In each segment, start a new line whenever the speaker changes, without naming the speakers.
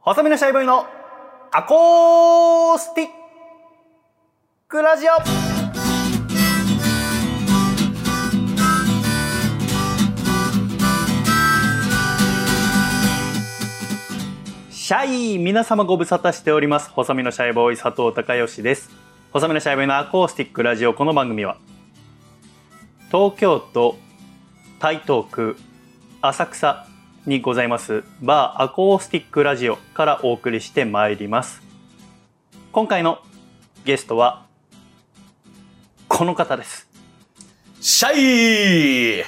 細身のシャイボーイのアコースティックラジオシャイ皆様ご無沙汰しております細身のシャイボーイ佐藤孝義です細身のシャイボーイのアコースティックラジオこの番組は東京都台東区浅草にございますバーアコースティックラジオからお送りしてまいります今回のゲストはこの方です
シャイ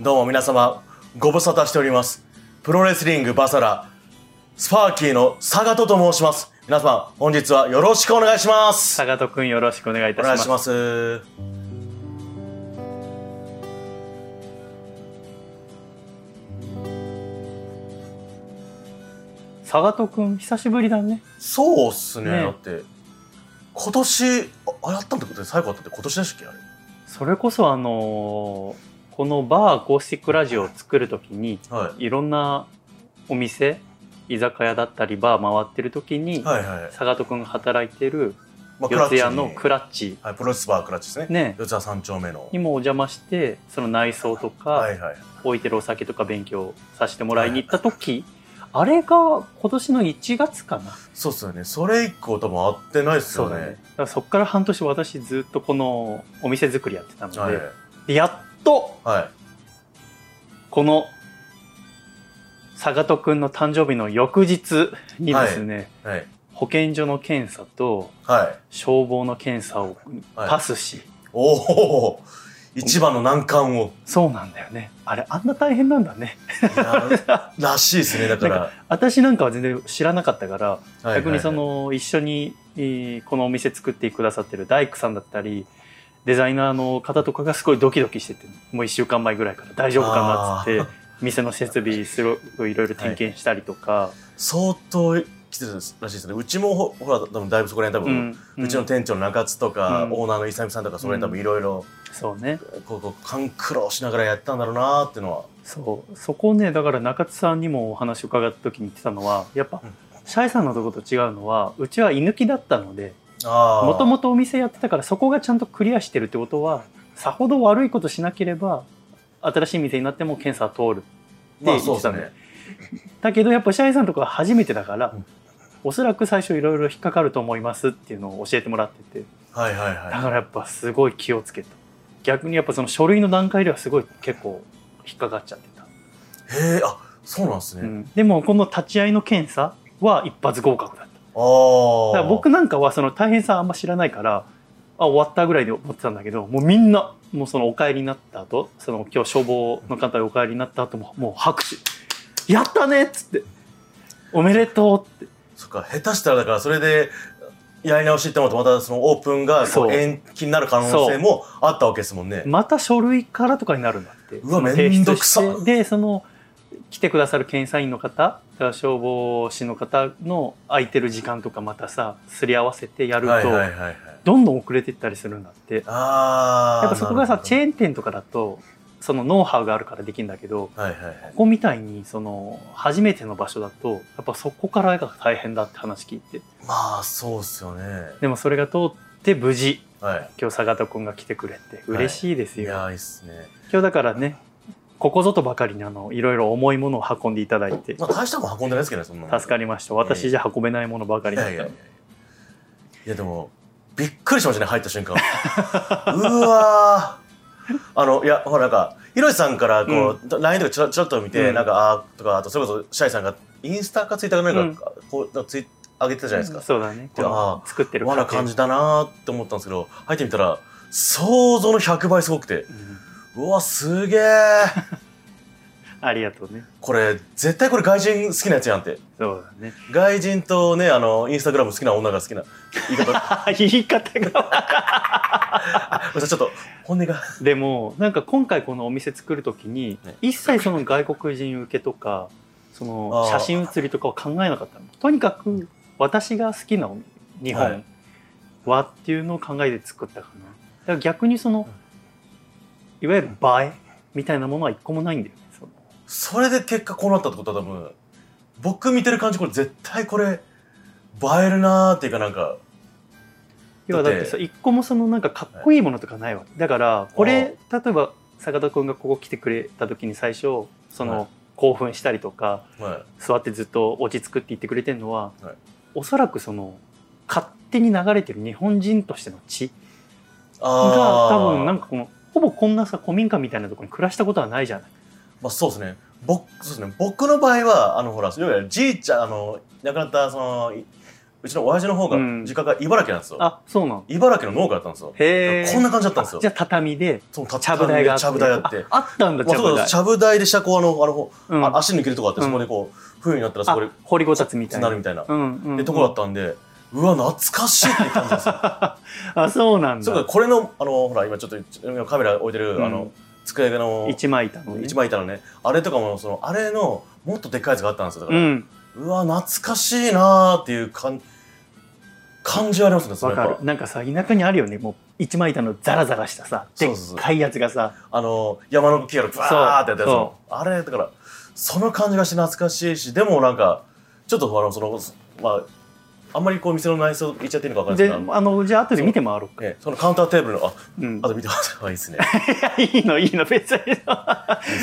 どうも皆様、ご無沙汰しております。プロレスリングバサラ、スパーキーの佐賀とと申します。皆様、本日はよろしくお願いします。
坂戸くんよろしくお願いいたし
お
ま
願い
す
します。
坂戸くん久しぶりだね
そうっすね、
ね
だって。今年、ああやったってことで最後だったって今年でしたっけあれ。
それこそあのーこのバーアコースティックラジオを作る時に
はい
ろんなお店居酒屋だったりバー回ってる時に、
い。はいはい。
坂戸くんが働いてる
まあ
四谷の
に
クラッチ
はい、プロレスバークラッチですね。
ね
四谷三丁目の
に。もお邪魔してその内装とか、
はいはい。
置いてるお酒とか勉強させてもらいに行った時、あれが今年の1月かな
そうっすよね。それ以降多分会ってないっすよ
だ
ね。
からそっから半年私ずっとこのお店作りやってたので,、
はい。
でやっと
はい。
この坂戸くんの誕生日の翌日にですね、
はい。
保健所の検査と
はい。
消防の検査を
はい
パスし、
おお一番の難関を
そうなんだよねあれあんな大変なんだね
いやらしいですねだから
私なんかは全然知らなかったから
はいはい
逆にその一緒にえーこのお店作ってくださってる大工さんだったりデザイナーの方とかがすごいドキドキしててもう1週間前ぐらいから大丈夫かなっつっ
あ
て店の設備すごいいろいろ点検したりとか、
相当来てるらしいですねうちもほほら多分だいぶそこら辺多
う
分、
ん
うちの店長の中津とか、
うん
オーナーの勇さんとかそこら辺多分いろいろ
そうね
こうこう勘苦労しながらやったんだろうなーっていうのは
そうそこをねだから中津さんにもお話を伺った時に言ってたのはやっぱ
うん
シャイさんのとこと違うのはうちは居抜きだったので
あ
もとも
と
とお店やってたからそこがちゃんとクリアしてるってことはさほど悪いことしなければ新しい店になっても検査は通る
まあ
って言って
そうで
た
す
んだよ
ね
だけどやっぱシャイさんとかは初めてだから、
うん
おそらく最初いろいろ引っかかると思いますっていうのを教えてもらってて
はいはい
だ
は
からやっぱすごい気をつけた逆にやっぱその書類の段階ではすごい結構引っかかっちゃってた、
いへえあそうなんですね、
うんでもこの立ち会いの検査は一発合格だった
ああ
だから僕なんかはその大変さあんま知らないからあ終わったぐらいで思ってたんだけどもうみんなもうそのお帰りになった後その今日消防の方にお帰りになった後ももう拍手「やったね!」っつって「おめでとう!」って
そっか下手したらだからそれでやり直しって思うとまたそのオープンがこ
そう
う延期になる可能性もあったわけですもんね
また書類からとかになるんだって
うわ
提出して
めんどくさ
でその来てくださる検査員の方消防士の方の空いてる時間とかまたさすり合わせてやる
はいはいはい
と
はい
どんどん遅れてったりするんだって
ああ
やっぱそこがさチ
ン
ェーン店とかだとそのノウハウがあるからできるんだけど
はいはいはい
ここみたいにその初めての場所だとやっぱそこからが大変だって話聞いて
まあそうっすよね
でもそれが通って無事
は
今日坂田君が来てくれて嬉しいです
いい
よ、
やーいいっすね、
今日だからねここぞとばかりにあのいろいろ重いものを運んでいただいて
まあ、大したもん運んでないですけどねそんな
助か
り
りました私じゃ運べないものばかり
い
だっ
や
た
いやいやいやでもびっくりしましたね入った瞬間うわーあのいやほらなんかひろしさんからこう、LINE とかちょちょっと見て、
うん
なんかあーとかあとそれこそシャイさんがインスタかツイッターかなんか、こうなんかツイ上げてたじゃないですか、
そうだね
いやー
作ってる
わな
過程
感じだなーって思ったんですけど入ってみたら想像の100倍すごくて
うん
うわすげえ
ありがとうね
これ絶対これ外人好きなやつやんって
そうだね
外人とねあのインスタグラム好きな女が好きな言い方
言い方が
ちょっと本音が
でもなんか今回このお店作る時に、
ね
一切その外国人受けとかその
あー
写真写りとかは考えなかったのとにかく私が好きなお日
は
本
い
はっていうのを考えて作ったかなだから逆にそのいわゆる映えみたいなものは一個もないんだよねその
それで結果こうなったってことは多分僕見てる感じ、これ絶対これ、映えるなーっていうかなんか、
要はだってさ一個もそのなんかかっこいいものとかないわけだからこれ例えば坂田君がここ来てくれた時に最初そ
はい
の興奮したりとか
は
座ってずっと落ち着くって言ってくれてるのは、
はい
おそらくその勝手に流れてる日本人としての血
い。
が多分なん
か。
かこのほぼこんなさ古民家みたいなところに暮らしたことはないじゃない。
まあそうですね。僕、そうですね。僕の場合は、あの、ほら、いわゆるじいちゃん、あの、亡くなった、その、いうちの親父の方が、
うん
実家が茨城なんですよ。
あそうなの
茨城の農家だったんですよ。
へえ
こんな感じだったんです
あ
よ
じゃ。あ畳で
そのた
ちゃぶ台があって
ちゃぶ台あって。
ああったんだ
ま
ち
あ、
ゃ
そう
ぶ
だ
台
ちゃぶ台で下こうあのあのこう、
うん
あ足抜けるとこあって、そこでこう冬になったらそこで
あ掘りごたつみたい
な
な
るみたいな、
うんうんうん
でとこだったんでうわ懐かしいって感 じですよ
あそうなん
そうか
だ
これのあのほら今ちょっと今カメラ置いてる、
うん
あの机の
一枚板のね
一枚板のねあれとかもそのあれのもっとでっかいやつがあったんですよだか
う
ら、うんわ懐かしいなーっていう感感じはありますねそ
わ
れや
か
っぱ
るなんかさ田舎にあるよねもう一枚板のザラザラしたさで
そう
っ
そうそう
かいやつがさ
あの山の木からバーってやったや
そ
つ
う
もあれだからその感じがして懐かしいしでもなんかちょっとあのそのまああんまりこう店の内装言っちゃっていいのか分かん
で
ないですけど
あのじゃあ後で見て回ろう
ええそのカウンターテーブルのあ
うん
あと見てもらった方がいい ですね
いやいいのいいの別に
いいで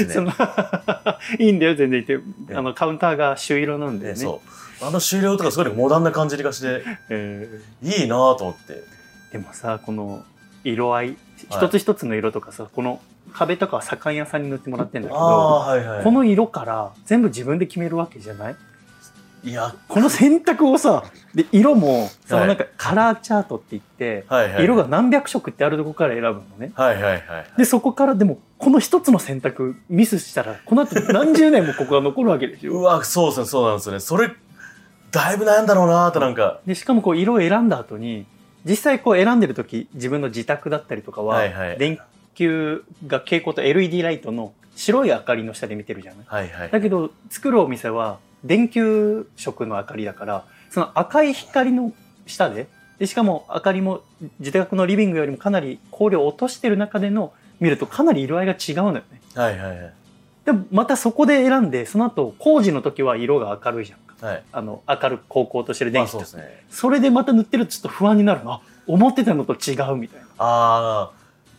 す
そ
ね
の いいんだよ全然言っ
え
てあのカウンターが朱色なんだ
え
よ
え
ね、
そうあの終了とかすごいモダンな感じがして
え
いいなぁと思って
ーでもさこの色合い一つ一つの色とかさこの壁とかは左官屋さんに塗ってもらってんだけ
あ
ど
あーはいはい
この色から全部自分で決めるわけじゃない
いや
この選択をさで色もそのなんかカラーチャートって言って、
はいはい
色が何百色ってあるとこから選ぶのね
はいはいはいはい
でそこからでもこの一つの選択ミスしたらこの後何十年もここが残るわけでし
う
ょ
わそうですねそうなんですねそれだいぶ悩んだろうなぁとなんか
でしかもこう色を選んだ後に実際こう選んでる時自分の自宅だったりとか
はいは
はい電球が蛍光と LED ライトの白い明かりの下で見てるじゃない
はいはい
だけど作るお店は電球色の明かりだからその赤い光の下ででしかも明かりも自宅のリビングよりもかなり光量を落としてる中での見るとかなり色合いが違うのよね
はいはいはい
でもまたそこで選んでその後工事の時は色が明るいじゃんか
はい
あの明るく高光としてる電
あ
気
そう
と
ですね
それでまた塗ってるとちょっと不安になるのあ思ってたのと違うみたいな
ああ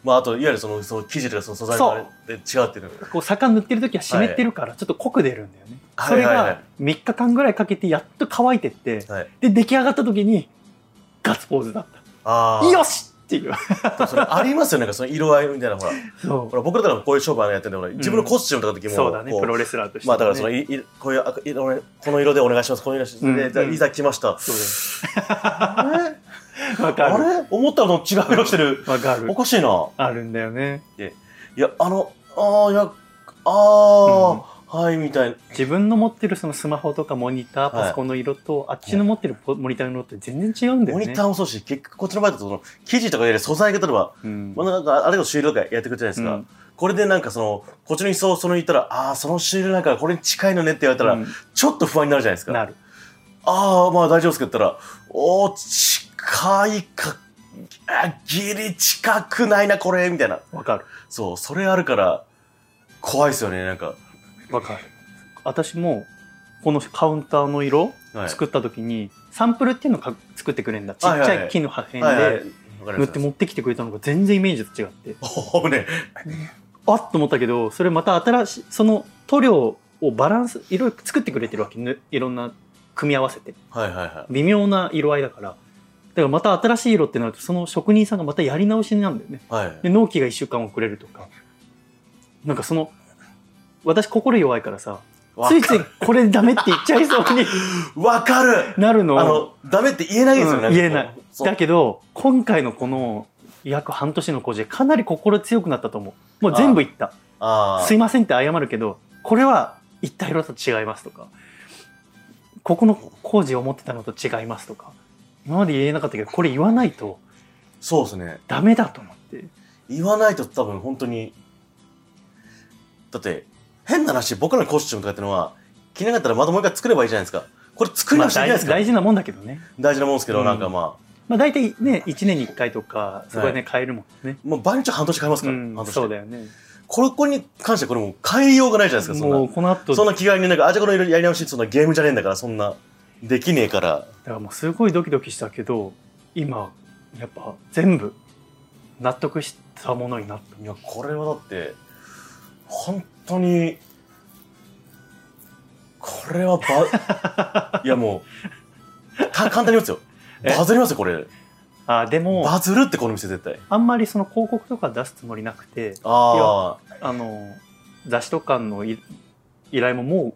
まああといわゆるそのその生地とかその素材のあれで違うっていうの
こう坂塗ってる時は湿ってるからちょっと濃く出るんだよね、
はい
それ
はいはいは
が3日間ぐらいかけてやっと乾いてって
はい
で出来上がった時にガッツポーズだった
ああ
よしっていう
それありますよねなんかその色合いみたい なほら
そ
ほら僕らだからこういう商売やってんでほら自分のコスチュームとかの
う
時も
そうだね
こ
プロレスラーとして
ま
も
あ
ね、
だからそのいいこういう赤色ねこの色でお願いしますこの色で
うん
でじゃあ
うん
いざ来ま した
そう
あれ
だよわか
あ
る
れ思ったのと違う色してる
わかる
おかしいな
あるんだよね
いやあのああいやああはいみたいな
自分の持ってるそのスマホとかモニター
はい
パソコンの色と、あっちの持ってるポモニターの色って全然違うんだよ
モ
ね
ニターもそうし結局こっちの場合だとその生地とかより素材が例えば
うん
まあ、なんかあれのシールとかやってくれたじゃないですか、
うん
これでなんかそのこっちの椅子をその言ったらああそのシールなんかこれに近いのねって言われたら、
うん
ちょっと不安になるじゃないですか
なる
ああまあ大丈夫ですけど言ったらおー近いかあギリ近くないなこれみたいな
わかる
そうそれあるから怖いですよねなんか、
わかる私もこのカウンターの色
はい、
作った時にサンプルっていうのをか作ってくれるんだちっち
はいはい
ゃい木の破片
はいはい
で
わか
塗
りま
っ
してた
持ってきてくれたのが全然イメージと違って
おーね
あっと思ったけどそれまた新しいその塗料をバランスいろいろ作ってくれてるわけぬいろんな組み合わせて
はいはいはい
微妙な色合いだからだからまた新しい色ってなるとその職人さんがまたやり直しになるんだよね
はい
で納期が1週間遅れるとかなんかその私心弱いからさ
わ
ついついこれダメって言っちゃいそうに
わかる
なるのを
あのダメって言えないですよね、
うん言えない
そう
だけど今回のこの約半年の工事でかなり心強くなったと思うもう全部言った
あ
す
ー
いませんって謝るけどこれは言った色と違いますとかここの工事を思ってたのと違いますとか今まで言えなかったけどこれ言わないと
そうですね
ダメだと思って
言わないと多分本当にだって変な話僕らのコスチュームとかってのは着なかったらまたもう一回作ればいいじゃないですかこれ作り
まあ
直しちゃいけな
大
いですか、
大事なもんだけどね、
大事なもんですけど、
うん
なんかまあ
まあ、大体ね1年に1回とかそこでね変えるもんね、
もう毎日半年買いますか
う
ら、
ん
半年
そうだよね
これこれに関してはこれもう変えようがないじゃないですか、そんな
もう。この後
そんな気概になんか、あじゃあこのやり直し、そんなゲームじゃねえんだから、そんな、できねえから。
だからもうすごいドキドキしたけど今やっぱ全部納得したものになった
いや、これはだって、本当に、これ はば、いやもう、た簡単に言いますよ。
え
バズりますよ、これ。
あでも
バズるってこの店絶対。
あんまりその広告とか出すつもりなくて
ああ、
あの雑誌とかのい依頼もも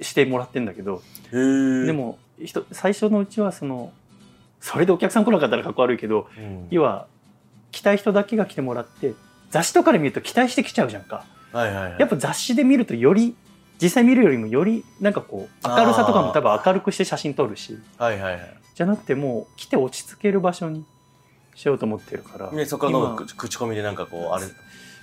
うしてもらってんだけど、
へえ。
で、もひと最初のうちはそのそれでお客さん来なかったらかっこ悪いけど
うん、
要は来たい人だけが来てもらって雑誌とかで見ると期待してきちゃうじゃんか。
はいはいはい。
やっぱ雑誌で見るとより実際見るよりもよりなんかこう明るさとかも多分明るくして写真撮るし
はいはいはい。
じゃなくてもう来て落ち着ける場所にしようと思ってるから、
ね、そこからなんか
今
口口コミでなんかこう、あれ、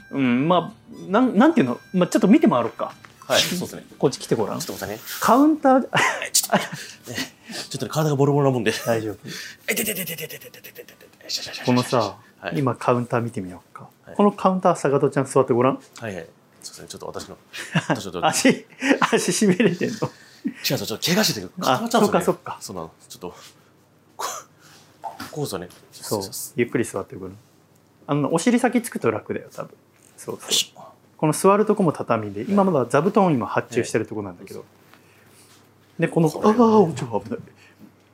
うんまあなんなんていうの、まあ、ちょっと見て回ろうか
はい、そうですね。
こっち来てごら
ちょ
ん
っとごめんなさいね。
カウンター
ちょっとね体がボロボロなもんで。
大丈夫
えててててててててててててしゃしゃしゃしゃしゃ
このさ、
はい
今カウンター見てみようか、
はい
このカウンター坂戸ちゃん座ってごらん
はいはい。そうですね、ちょっ と私の、私のちょっと、違う、
足 足しびれてんの
ちょっと怪我してて固まっちゃうんです
あそ
よ、ね。
っかそっか
そうなの、ちょっと、こう、こうですよね。
そう
失
ゆっくり座ってごらんあのお尻先つくと楽だよ多分そうそう
礼します
この座るとこも畳で今まだ座布団を今発注してるとこなんだけど、でこのああ
れは
ー超危ない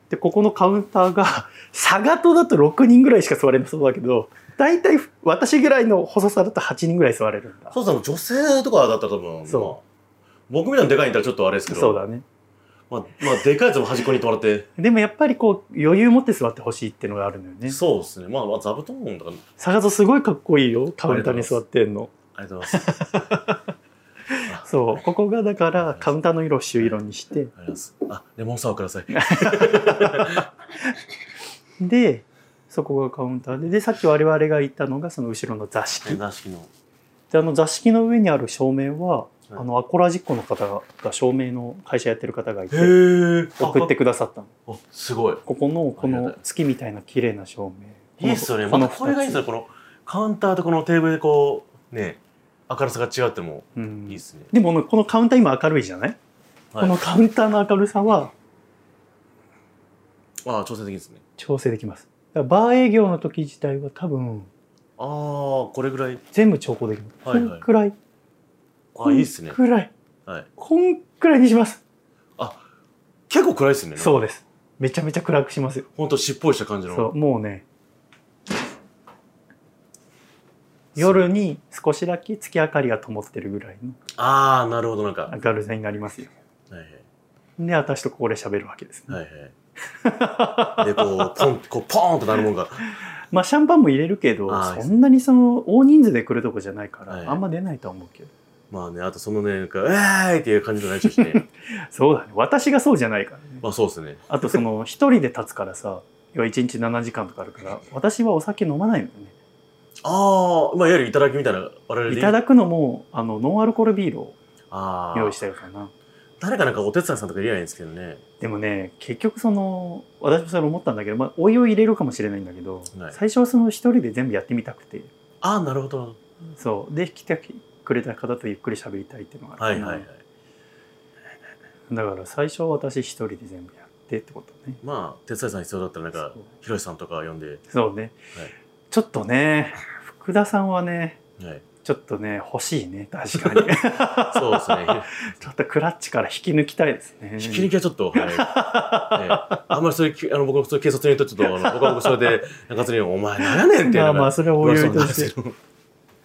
でここのカウンターが 佐賀とだと6人ぐらいしか座れなそうだけど大体私ぐらいの細さだと8人ぐらい座れるんだ
そうですね、女性とかだったら多分、
そ
まあ僕みたいなでかいんだったらちょっとあれですけど、
そうだね
まあ、まあ、でかいやつも端っこに止まれて、
でもやっぱりこう余裕持って座ってほしいっていうのがあるのよね
そうですね、まあ、まあ、座布団とか、
佐賀とすごいかっこいいよカウンターに座ってんの
ありがとうございます。あ
そうここがだからカウンターの色を朱色にして
ありがとうございます。あ、レモンサワーください。
でそこがカウンターででさっき我々が言ったのがその後ろの座敷
座敷の。
であの座敷の上にある照明は、
い
あのアコラジッコの方がが照明の会社やってる方がい
へ
て
ー。あ
送ってくださったの
あ、あすごい。
ここのこ
ありが
の
たい
月みたいな綺麗な照明
いいっすよね。
こ
ま
の
た
こ
こ
の
れ
2
がいいっすよね。このカウンターとこのテーブルでこう、ね、明るさが違うってのも
う
いいっ
ん、
すね。
でもこのこのカウンター今明るいじゃない、
はい、
このカウンターの明るさは
ああ、挑戦的ですね。
調整できますだからバー営業の時自体は多分
ああ、これぐらい。
全部調光できます、
はいは
こ
い
んくらい
あいいっすね。
こんくらい
はい。
こんくらいにします、
結構暗いっすね。
そう
う。
ですめちゃめちゃ暗くしますよ
ほんとしっぽりした感じの。
そうもうね夜に少しだけ月明かりが灯ってるぐらいの
ああ、なるほど、なんか。は
明るさになりますよ
いはい。
で私とここで喋るわけですね、
はいはい。で、こう、ポン、こう、ポーンとなるもんが。
まあシャンパンも入れるけど
あー
そんなにその大人数で来るとこじゃないから、
はい
あんま出ないとは思うけど
まあね、あとそのね、なんか、えーいっていう感じとなっちゃう しね。
そうだね私がそうじゃないからね
まあそうっすね。
あとその一人で立つからさ要は1日7時間とかあるから私はお酒飲まないのよね
ああ、まあいわゆるいただきみたいな、我々
い
で言う
ただくのもあのノンアルコールビールを
ああ。
用意してるかな
誰かなんかお手伝いさんとかいればいいんですけどね。
でもね結局その私もそれ思ったんだけど、まあ、お湯を入れるかもしれないんだけど、
はい
最初はその一人で全部やってみたくて
ああ、なるほど。
そうで来てくれた方とゆっくり喋りたいっていうのがあ
は
る
い
かな
はいはい。
だから最初は私一人で全部やってってことね
まあ、手伝いさん必要だったら、なんか
そう、
ひろしさんとか呼んで、
そうね、ちょっとね福田さんはね
はい、
ちょっとね欲しいね確か に
そうですね。
ちょっとクラッチから引き抜きたいですね
引き抜きはちょ っと、はい。ええあんまりそれ、きあの僕、そういう警察に言うと、ち ょっと、あの僕は僕それで、中津に、お前、何やねんってい
ま
うの
あまあ
が、
それはお
言わ
い
れ
おい
そ
う
な
と
んです
して
けど。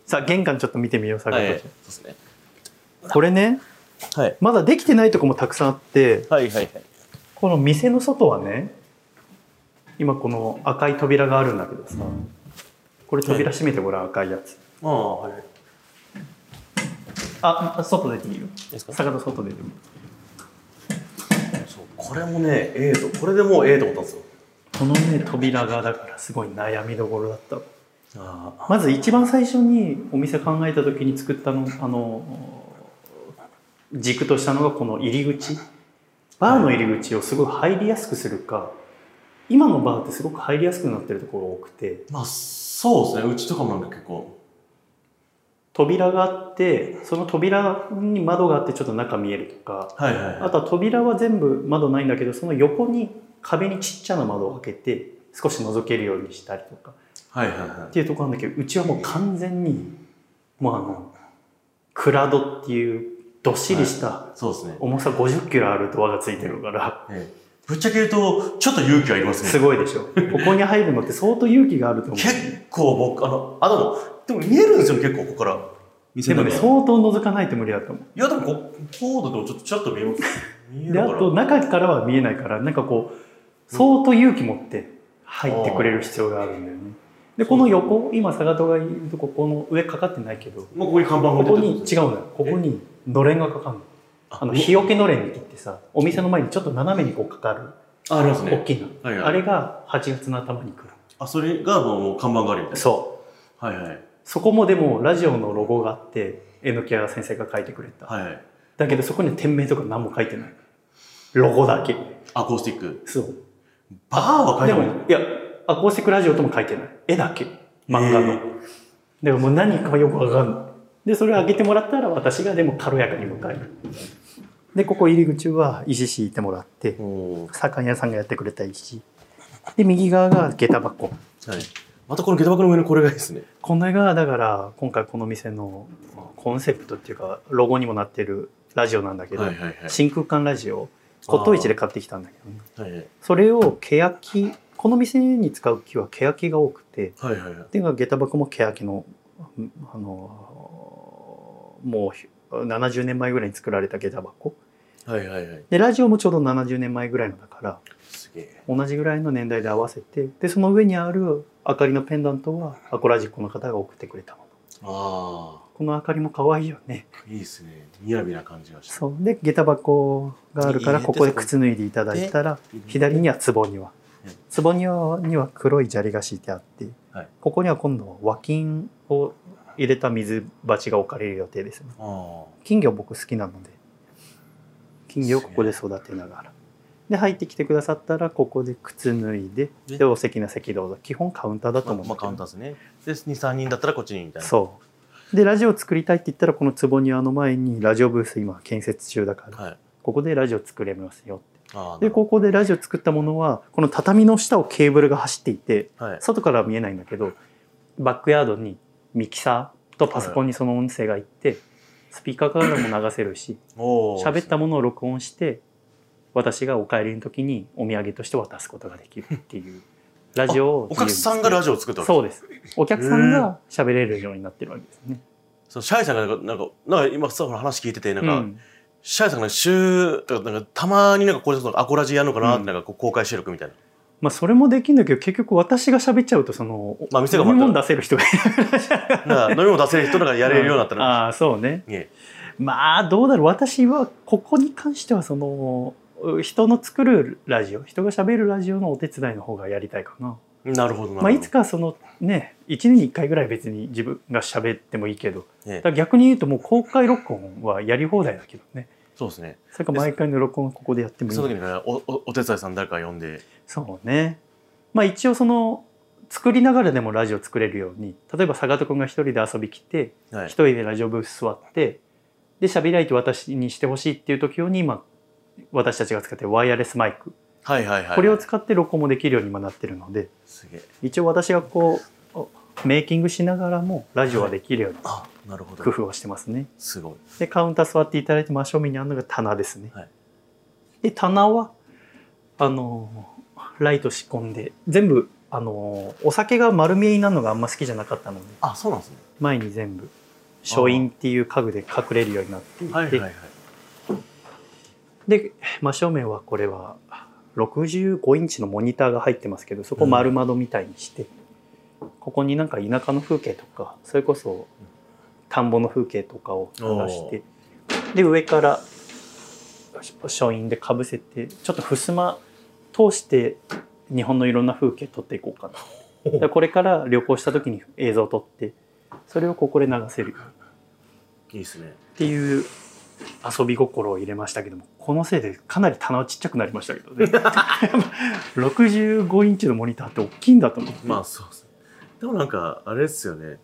さあ玄関ちょっと見てみよう坂
はい。
本
そ
ちゃ
うんですね。
これね
はい。
まだできてないとこもたくさんあって
はいはいはい。
この店の外はね今この赤い扉があるんだけどさこれ扉閉めてごらん、赤いやつ
ああ、はい。い
ああ外出ていいよ
いですか
坂戸外出ても
そう、これもね、ええと、これでもうええと思ったんですよ。
このね扉がだからすごい悩みどころだった
ああ。
まず一番最初にお店考えた時に作ったのあの軸としたのがこの入り口バーの入り口をすごい入りやすくするか今のバーってすごく入りやすくなってるところが多くて
まあ、そうですね。うちとかもなんか結構、
扉があってその扉に窓があってちょっと中見えるとか
はいはいはい
あとは扉は全部窓ないんだけどその横に壁にちっちゃな窓を開けて少し覗けるようにしたりとか
はいはいは
っ
い
ていうところなんだけどうちはもう完全にもうあのクラドっていうどっしりした
そうですね、
重さ5 0キロあるドアがついてるから
ええぶっちゃけ言うとちょっと勇気はいりますね
すごいでしょここに入るのって相当勇気があると思う
結構僕あのあでもでも見えるんですよ結構ここから
で
店
も
の
ね
中
相当覗かないと無理だと思
いやでもここうだとちょっとちょっと見えます見え
うで
な
あ
がら
と中からは見えないからなんかこう相当勇気持って入ってくれる必要があるんだよねでこの横今佐賀戸がいるとここの上かかってないけど
もうここに看板
こ
が
こに違うんだよここにのれんがかかるのあの日よけのれんって言ってさお店の前にちょっと斜めにこうかかる
ああります
大
ね
きな、
はいはい
あれが8月の頭に来る
あそれがもう看板があるみたいな
そ
はいはいう
そこもでもラジオのロゴがあって榎谷先生が書いてくれた、
はいはい
だけどそこには店名とか何も書いてないロゴだけ
アコースティック
そう
バーは書い
で
て
も
ない
いやアコースティックラジオとも書いてない絵だけ漫画の、
へー
でももう何かよくわかんないでそれをあげてもらったら私がでも軽やかに迎えるでここ入り口は石敷いてもらって
おー
左官屋さんがやってくれた石で右側が下駄箱
はいまたこの下駄箱の上のこれがいいですね
これがだから今回この店のコンセプトっていうかロゴにもなってるラジオなんだけど、
はいはいはい
真空管ラジオ骨董市で買ってきたんだけどね
はいはい
それをケヤキこの店に使う木はケヤキが多くて
はいはいはい
で下駄箱もケヤキのうんあのもう70年前ぐらいに作られた下駄箱
はいはいはい
でラジオもちょうど70年前ぐらいのだから
すげえ
同じぐらいの年代で合わせてでその上にある明かりのペンダントはアコラジックの方が送ってくれたもの
あ
この明かりも可愛いよね。
あいいですねみやびな感じがして
そうで下駄箱があるから
いいね
ここで靴脱いでいただいたら左には壺庭
うん
壺庭には黒い砂利が敷いてあって、
はい
ここには今度は和金を入れた水鉢が置かれる予定ですね
あ
金魚僕好きなので金魚をここで育てながらで入ってきてくださったらここで靴脱いで
ね
でお席の席どうぞ基本カウンターだ
あ
と思うんだ
まあ
け
カ
ど
ウンターですねで23人だったらこっちにみたいな
そうでラジオ作りたいって言ったらこの壺庭の前にラジオブース今建設中だから
はい
ここでラジオ作れますよって
あー
でここでラジオ作ったものはこの畳の下をケーブルが走っていて
はい
外からは見えないんだけどバックヤードにミキサーとパソコンにその音声がいってスピーカーからも流せるし
おー
喋ったものを録音して私がお帰りの時にお土産として渡すことができるって いうラジオを
お客さんがラ
ジ
ジオを作ったわけ
そうですお客さんが喋れるようになってるわけですね、
そのシャイさんがなんかなんかなんか今さほら話聞いててなんか、
うん
シャイさんが週とかなんかたまになんかこういうのアコラジやるのかなってなんかこう公開収録みたいな、
まあ、それもできるんだけど結局私が喋っちゃうとその、
まあ店が
飲
ま
み
た
物出せる人がい
なんか飲み物出せる人とかやれるようになった
る
ら、
ああそうね
ね
まあどうだろう私はここに関してはその人の作るラジオ人が喋るラジオのお手伝いの方がやりたいかな
なるほどなるほど、
まあ、いつかそのね1年に1回ぐらい別に自分が喋ってもいいけど
ええ
だから逆に言うともう公開録音はやり放題だけどね
そうですね
それか毎回の録音はここでやってもいい
その時にねおおお手伝いさん誰か呼んで
そうねまあ一応その作りながらでもラジオ作れるように例えば坂戸君が一人で遊び来て
は
一
い
人でラジオブース座ってで喋り相手私にしてほしいっていう時用に今私たちが使ってるワイヤレスマイク
はいはいはい
これを使って録音もできるように今なってるのです
げえ
一応私がこうメイキングしながらもラジオはできるように
あなるほ
工
ど
夫をしてますね
すごい
でカウンター座っていただいて真正面にあるのが棚ですね、
はい
で棚はあのライト仕込んで全部あのお酒が丸見えになるのがあんま好きじゃなかったので
あそうなんですね
前に全部書院っていう家具で隠れるようになっていて、
はいはいはい
で真正面はこれは65インチのモニターが入ってますけどそこ丸窓みたいにして、ここになんか田舎の風景とかそれこそ田んぼの風景とかを流してで上から書院でかぶせてちょっと襖通して日本のいろんな風景撮っていこうかな だからこれから旅行した時に映像を撮ってそれをここで流せる
いいですね
っていう遊び心を入れましたけどもこのせいでかなり棚はちっちゃくなりましたけ どね65インチのモニターって大きいんだと思う、
まあそうですねでもなんかあれですよね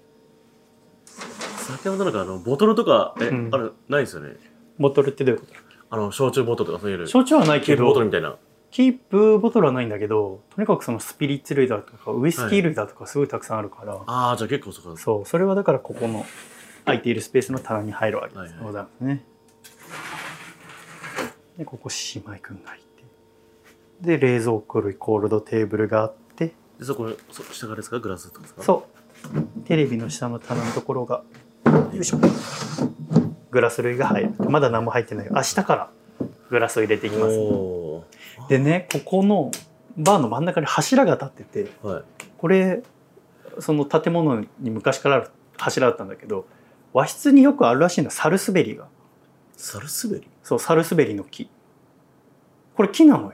酒はなんかあのボトルとかえ、
うん
あれないですよね
ボトルってどういうこと
あの焼酎ボトルとかそういう
焼酎はない
ケ
け
ープボトル
ど
みたいな
キープボトルはないんだけどとにかくそのスピリッツ類だとかウイスキー類だとかすごいたくさんあるから、
ああじゃあ結構そこです
そうそれはだからここの空いているスペースの棚に入るわけです、
はいはい
ございますねでここ姉妹くんがいてで冷蔵庫類コールドテーブルがあって
でそこそ下がですかグラスとかですか
そうテレビの下の棚のところがよいしょグラス類が入るまだ何も入ってない明日からグラスを入れていきます
お
でねここのバーの真ん中に柱が立ってて
ーはい
これその建物に昔からある柱だったんだけど和室によくあるらしいのはサルスベリが
サルスベリ
そうサルスベリの木これ木なのよ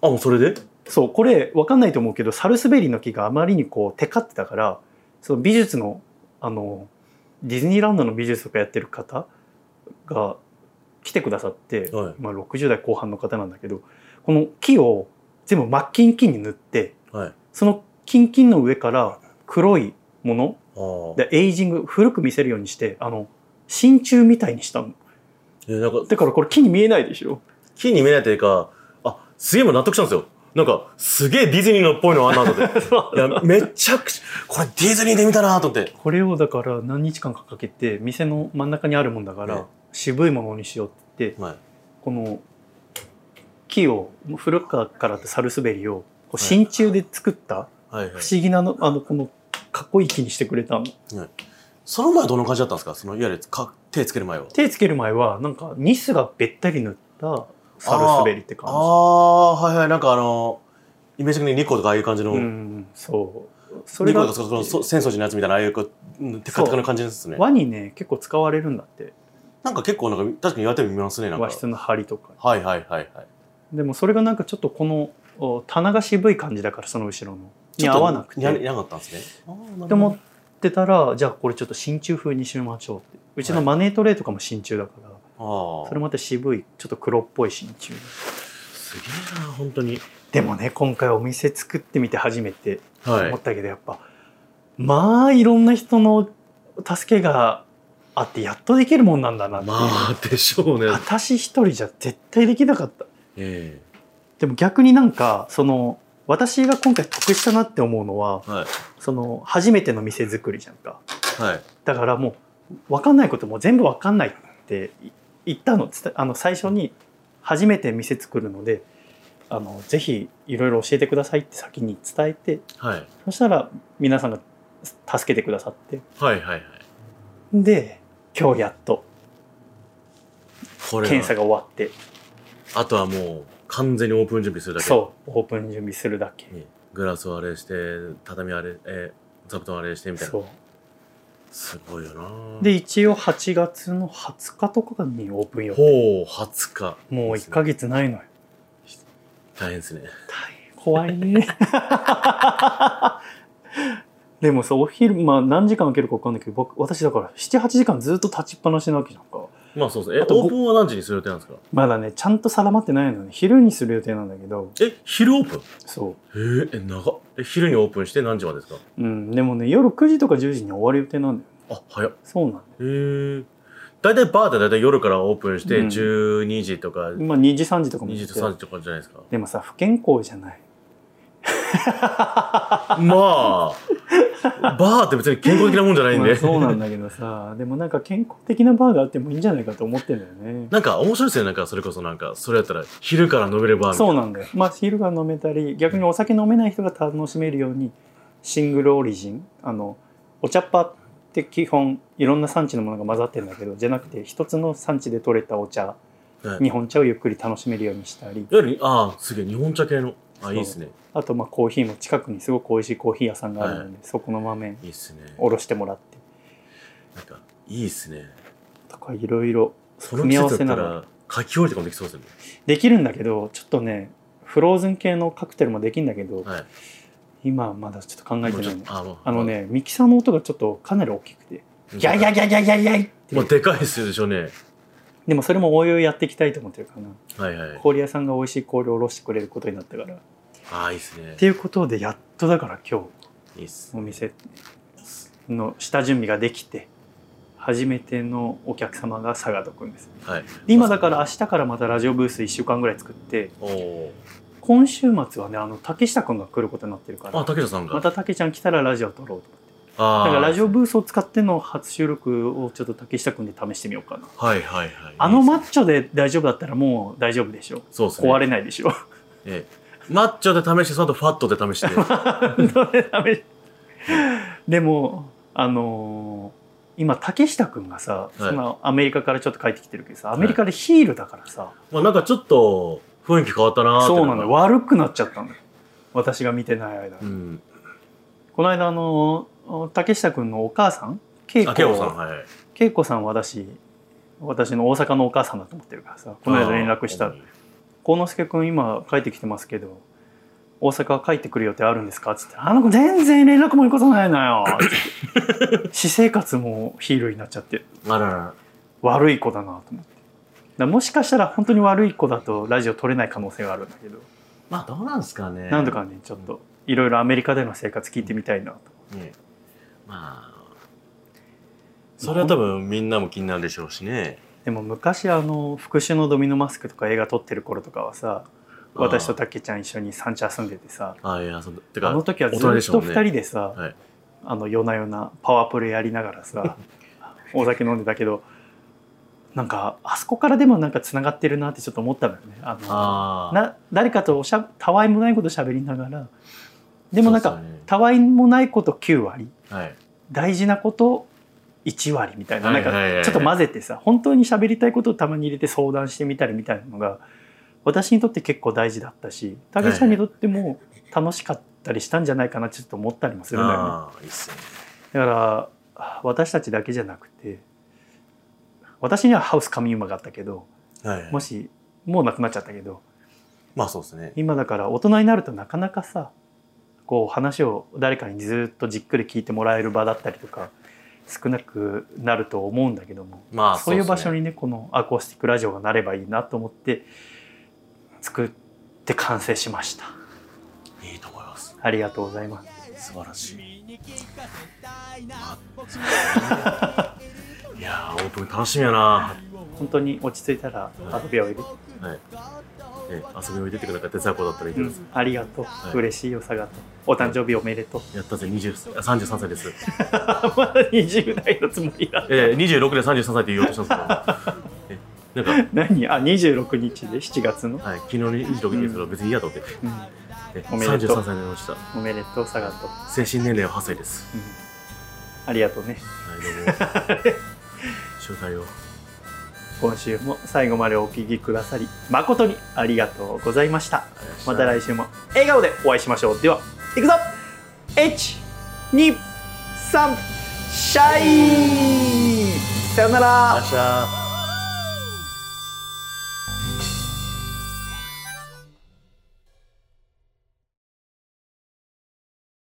あもうそれで
そうこれ分かんないと思うけどサルスベリの木があまりにこうテカってたからその美術のあのディズニーランドの美術とかやってる方が来てくださって、
はい
まあ、60代後半の方なんだけどこの木を全部真っ金金に塗って
はいあ
その金金の上から黒いもの
あ
でエイジング古く見せるようにしてあの真鍮みたいにしたの
えなんか
だからこれ木に見えないでしょ
木に見えないというかあすげえもう納得したんですよなんかすげえディズニーのっぽいのあんな のでいやめちゃくちゃこれディズニーで見たなと思って
これをだから何日間かかけて店の真ん中にあるもんだから、
ね
渋いものにしようって言って
はい
この木を古くからあったサルスベリをこう
はい
真鍮で作った
はい、はい
不、思議なのあのこのかっこいい木にしてくれたの
その前はどんな感じだったんですかそのいわゆるか手つける前は
手つける前はなんかニスがべったり塗ったサルスベリって感
あ
じ
あはいはいなんかあのイメージ的にリコとかああいう感じの、
うんそうそ
リ
れ
コ
が
とかそのそ浅草寺のやつみたいなああいうこううんテカテカの感じですね
和にね結構使われるんだって
なんか結構なんか確かに言われてみますねなんか
和室の梁とか
はいはいはいはい
でもそれがなんかちょっとこのお棚が渋い感じだからその後ろの
ち
に
ょっ
合
と
わなくて
似合わなかったんですねあーなるほど
って思ってたらじゃあこれちょっと真鍮風にしましょうってうちのマネートレーとかも真鍮だから、
ああ
それまた渋いちょっと黒っぽい真鍮
すげえな本当に
でもね今回お店作ってみて初めて
は
思ったけどやっぱ、まあいろんな人の助けがあってやっとできるもんなんだなっていう、
まあでしょうね
私一人じゃ絶対できなかった
え
でも逆になんかその私が今回得したなって思うのは
えはい
その初めての店作りじゃんか
はい
だからもう分かんないことも全部分かんないってい言ったのつたあの最初に初めて店作るのであのぜひいろいろ教えてくださいって先に伝えて
はい
そしたら皆さんが助けてくださって
はいはいはい
で今日やっと
これは
検査が終わって
あとはもう完全にオープン準備するだけ
そうオープン準備するだけ
ねグラスをあれして畳あれ、えー座布団あれしてみたいな
そ
すごいよな
うで一応8月の20日とかにオープン予定
ほう20日
もう1ヶ月ないのよ
大変ですね
大変怖いね でもさお昼まあ何時間受けるか分かんないけど僕私だから78時間ずっと立ちっぱなしなわけじゃんか
まあそうですね
あ
え
とご
オープンは何時にする予定なんですか
まだねちゃんと定まってないのね昼にする予定なんだけど
え昼オープン
そ
ええ長っえ昼にオープンして何時までですか
ううんでもね夜9時とか10時に終わる予定なんだよ
あ早っ
そうなんだよ
へえ大体バーって大体夜からオープンして
うん
12時とか2
今2時3時とかも
時と3時とかじゃないですか
でもさ不健康じゃない
まあバーって別に健康的なもんじゃないん
ま
で
あそうなんだけどさでもなんか健康的なバーがあってもいいんじゃないかと思ってんだよね
なんか面白いですよねなんかそれこそなんかそれやったら昼から飲めるバーみたいな
そうなんだよ。まあ昼が飲めたり逆にお酒飲めない人が楽しめるようにシングルオリジンあのお茶っ葉って基本いろんな産地のものが混ざってるんだけどじゃなくて一つの産地で採れたお茶
はい
日本茶をゆっくり楽しめるようにしたり
いわゆるああすげえ日本茶系のあいいっすね
あとまあコーヒーも近くにすごく美味しいコーヒー屋さんがあるので、そこの豆
いいっすね
おろしてもらって
なんかいいっすね
とかいろいろ
その
組
季
み合わ
節
せな
だった
の
らかき氷とかもできそうですよね
できるんだけどちょっとねフローズン系のカクテルもできるんだけど、
はい
今はまだちょっと考えてないの
あもう
あのねミキサーの音がちょっとかなり大きくてギャギャギャギャギャギャイって
もうでかいっすよでしょうね
でもそれもおいおいやっていきたいと思ってるかな
はいはい
氷屋さんが美味しい氷をおろしてくれることになったからっ
ああいいっすね
ていうことでやっとだから今
いいっす
日お店の下準備ができて初めてのお客様が佐賀戸くんです
はい。
で今だから明日からまたラジオブース1週間ぐらい作って
おお。
今週末はねあの竹下くんが来ることになってるから
あ、竹田さんが。
また竹ちゃん来たらラジオ撮ろうと思って
あ
だからラジ
オ。
オブースを使っての初収録をちょっと竹下くんで試してみようかな
はいはいはい。
あのマッチョで大丈夫だったらもう大丈夫でしょ
そうですね。
壊れないでしょ
ええマッチョで試して、その後ファットで 試して。
どれダメでもあのー今竹下くんがさ、
はい
そのアメリカからちょっと帰ってきてるけどさアメリカでヒールだからさ、
まあなんかちょっと雰囲気変わったなーって。
そうなのよ
か。
悪くなっちゃったのよ私が見てない間、
うん。
この間あの竹下くんのお母さん恵
あ、
子
けおさん、はい。
恵子さんは私私の大阪のお母さんだと思ってるからさこの間連絡した
あ
ら「幸之助君今帰ってきてますけど大阪帰ってくる予定あるんですか?」っつって「あの子全然連絡も行くことないのよ」 つって私生活もヒールになっちゃって
ー。あらら。
悪い子だなと思ってだからもしかしたら本当に悪い子だとラジオ撮れない可能性があるんだけど
まあどうなんですかね。
なんとかねちょっといろいろアメリカでの生活聞いてみたいなと
ね。まあ。それは多分みんなも気になるでしょうしね。
でも昔あの復讐のドミノマスクとか映画撮ってる頃とかはさ私とたけちゃん一緒に三茶遊んでてさ
あーいや、その、て
あ
か、
の時はずっと
大人でしょ
2
うね
人でさ
はい
あの夜な夜なパワープレイやりながら さお酒飲んでたけどなんかあそこからでもなんかつながってるなってちょっと思ったのよね。あの
ああ。
な誰かとおしゃたわいもないこと喋りながらでもなん
そう
か
っすよね
たわいもないこと9割
はい。
大事なこと1割みたいななんか
はいはいはいはい
ちょっと混ぜてさ本当に喋りたいことをたまに入れて相談してみたりみたいなのが私にとって結構大事だったし武さんにとっても楽しかったりしたんじゃないかなってちょっと思ったりもするんだよね。
ああ、いいっすね。
だから私たちだけじゃなくて私にはハウス上馬があったけど
はいはい。
もしもうなくなっちゃったけど
まあそうですね。
今だから大人になるとなかなかさこう話を誰かにずっとじっくり聞いてもらえる場だったりとか少なくなると思うんだけども
まあ
そういう場
っす
所
ね
にねこのアコースティックラジオがなればいいなと思って作って完成しました
いいと思います。
ありがとうございます
素晴らしい。いやー、オープン楽しみやな。は
本当に落ち着いたら遊びを入れて、
い。え、遊びにおいでってくれたら、手伝う子だったらいいです。
うんありがとう、
い
嬉しいよ佐賀とお誕生日おめでとう、
やったぜ、二十、三十三歳です。い
まだ20代のつもりだ
やいや、二十六で三十三歳って言おうとしたんですけど。え、なん
何あ26日で7月の
か、はい、昨日に二十六日ですけど、別にいいやと思って。え
おめ
三
で
十
とう
三歳になりました。
おめでとう佐賀と、
精神年齢は八歳です。
うんありがとうね
はい、どう も。招待を。
今週も最後までお聞きくださり誠にありがとうございましたまた来週も笑顔でお会いしましょうではいくぞ123シャインさよなら
ありがとうございました。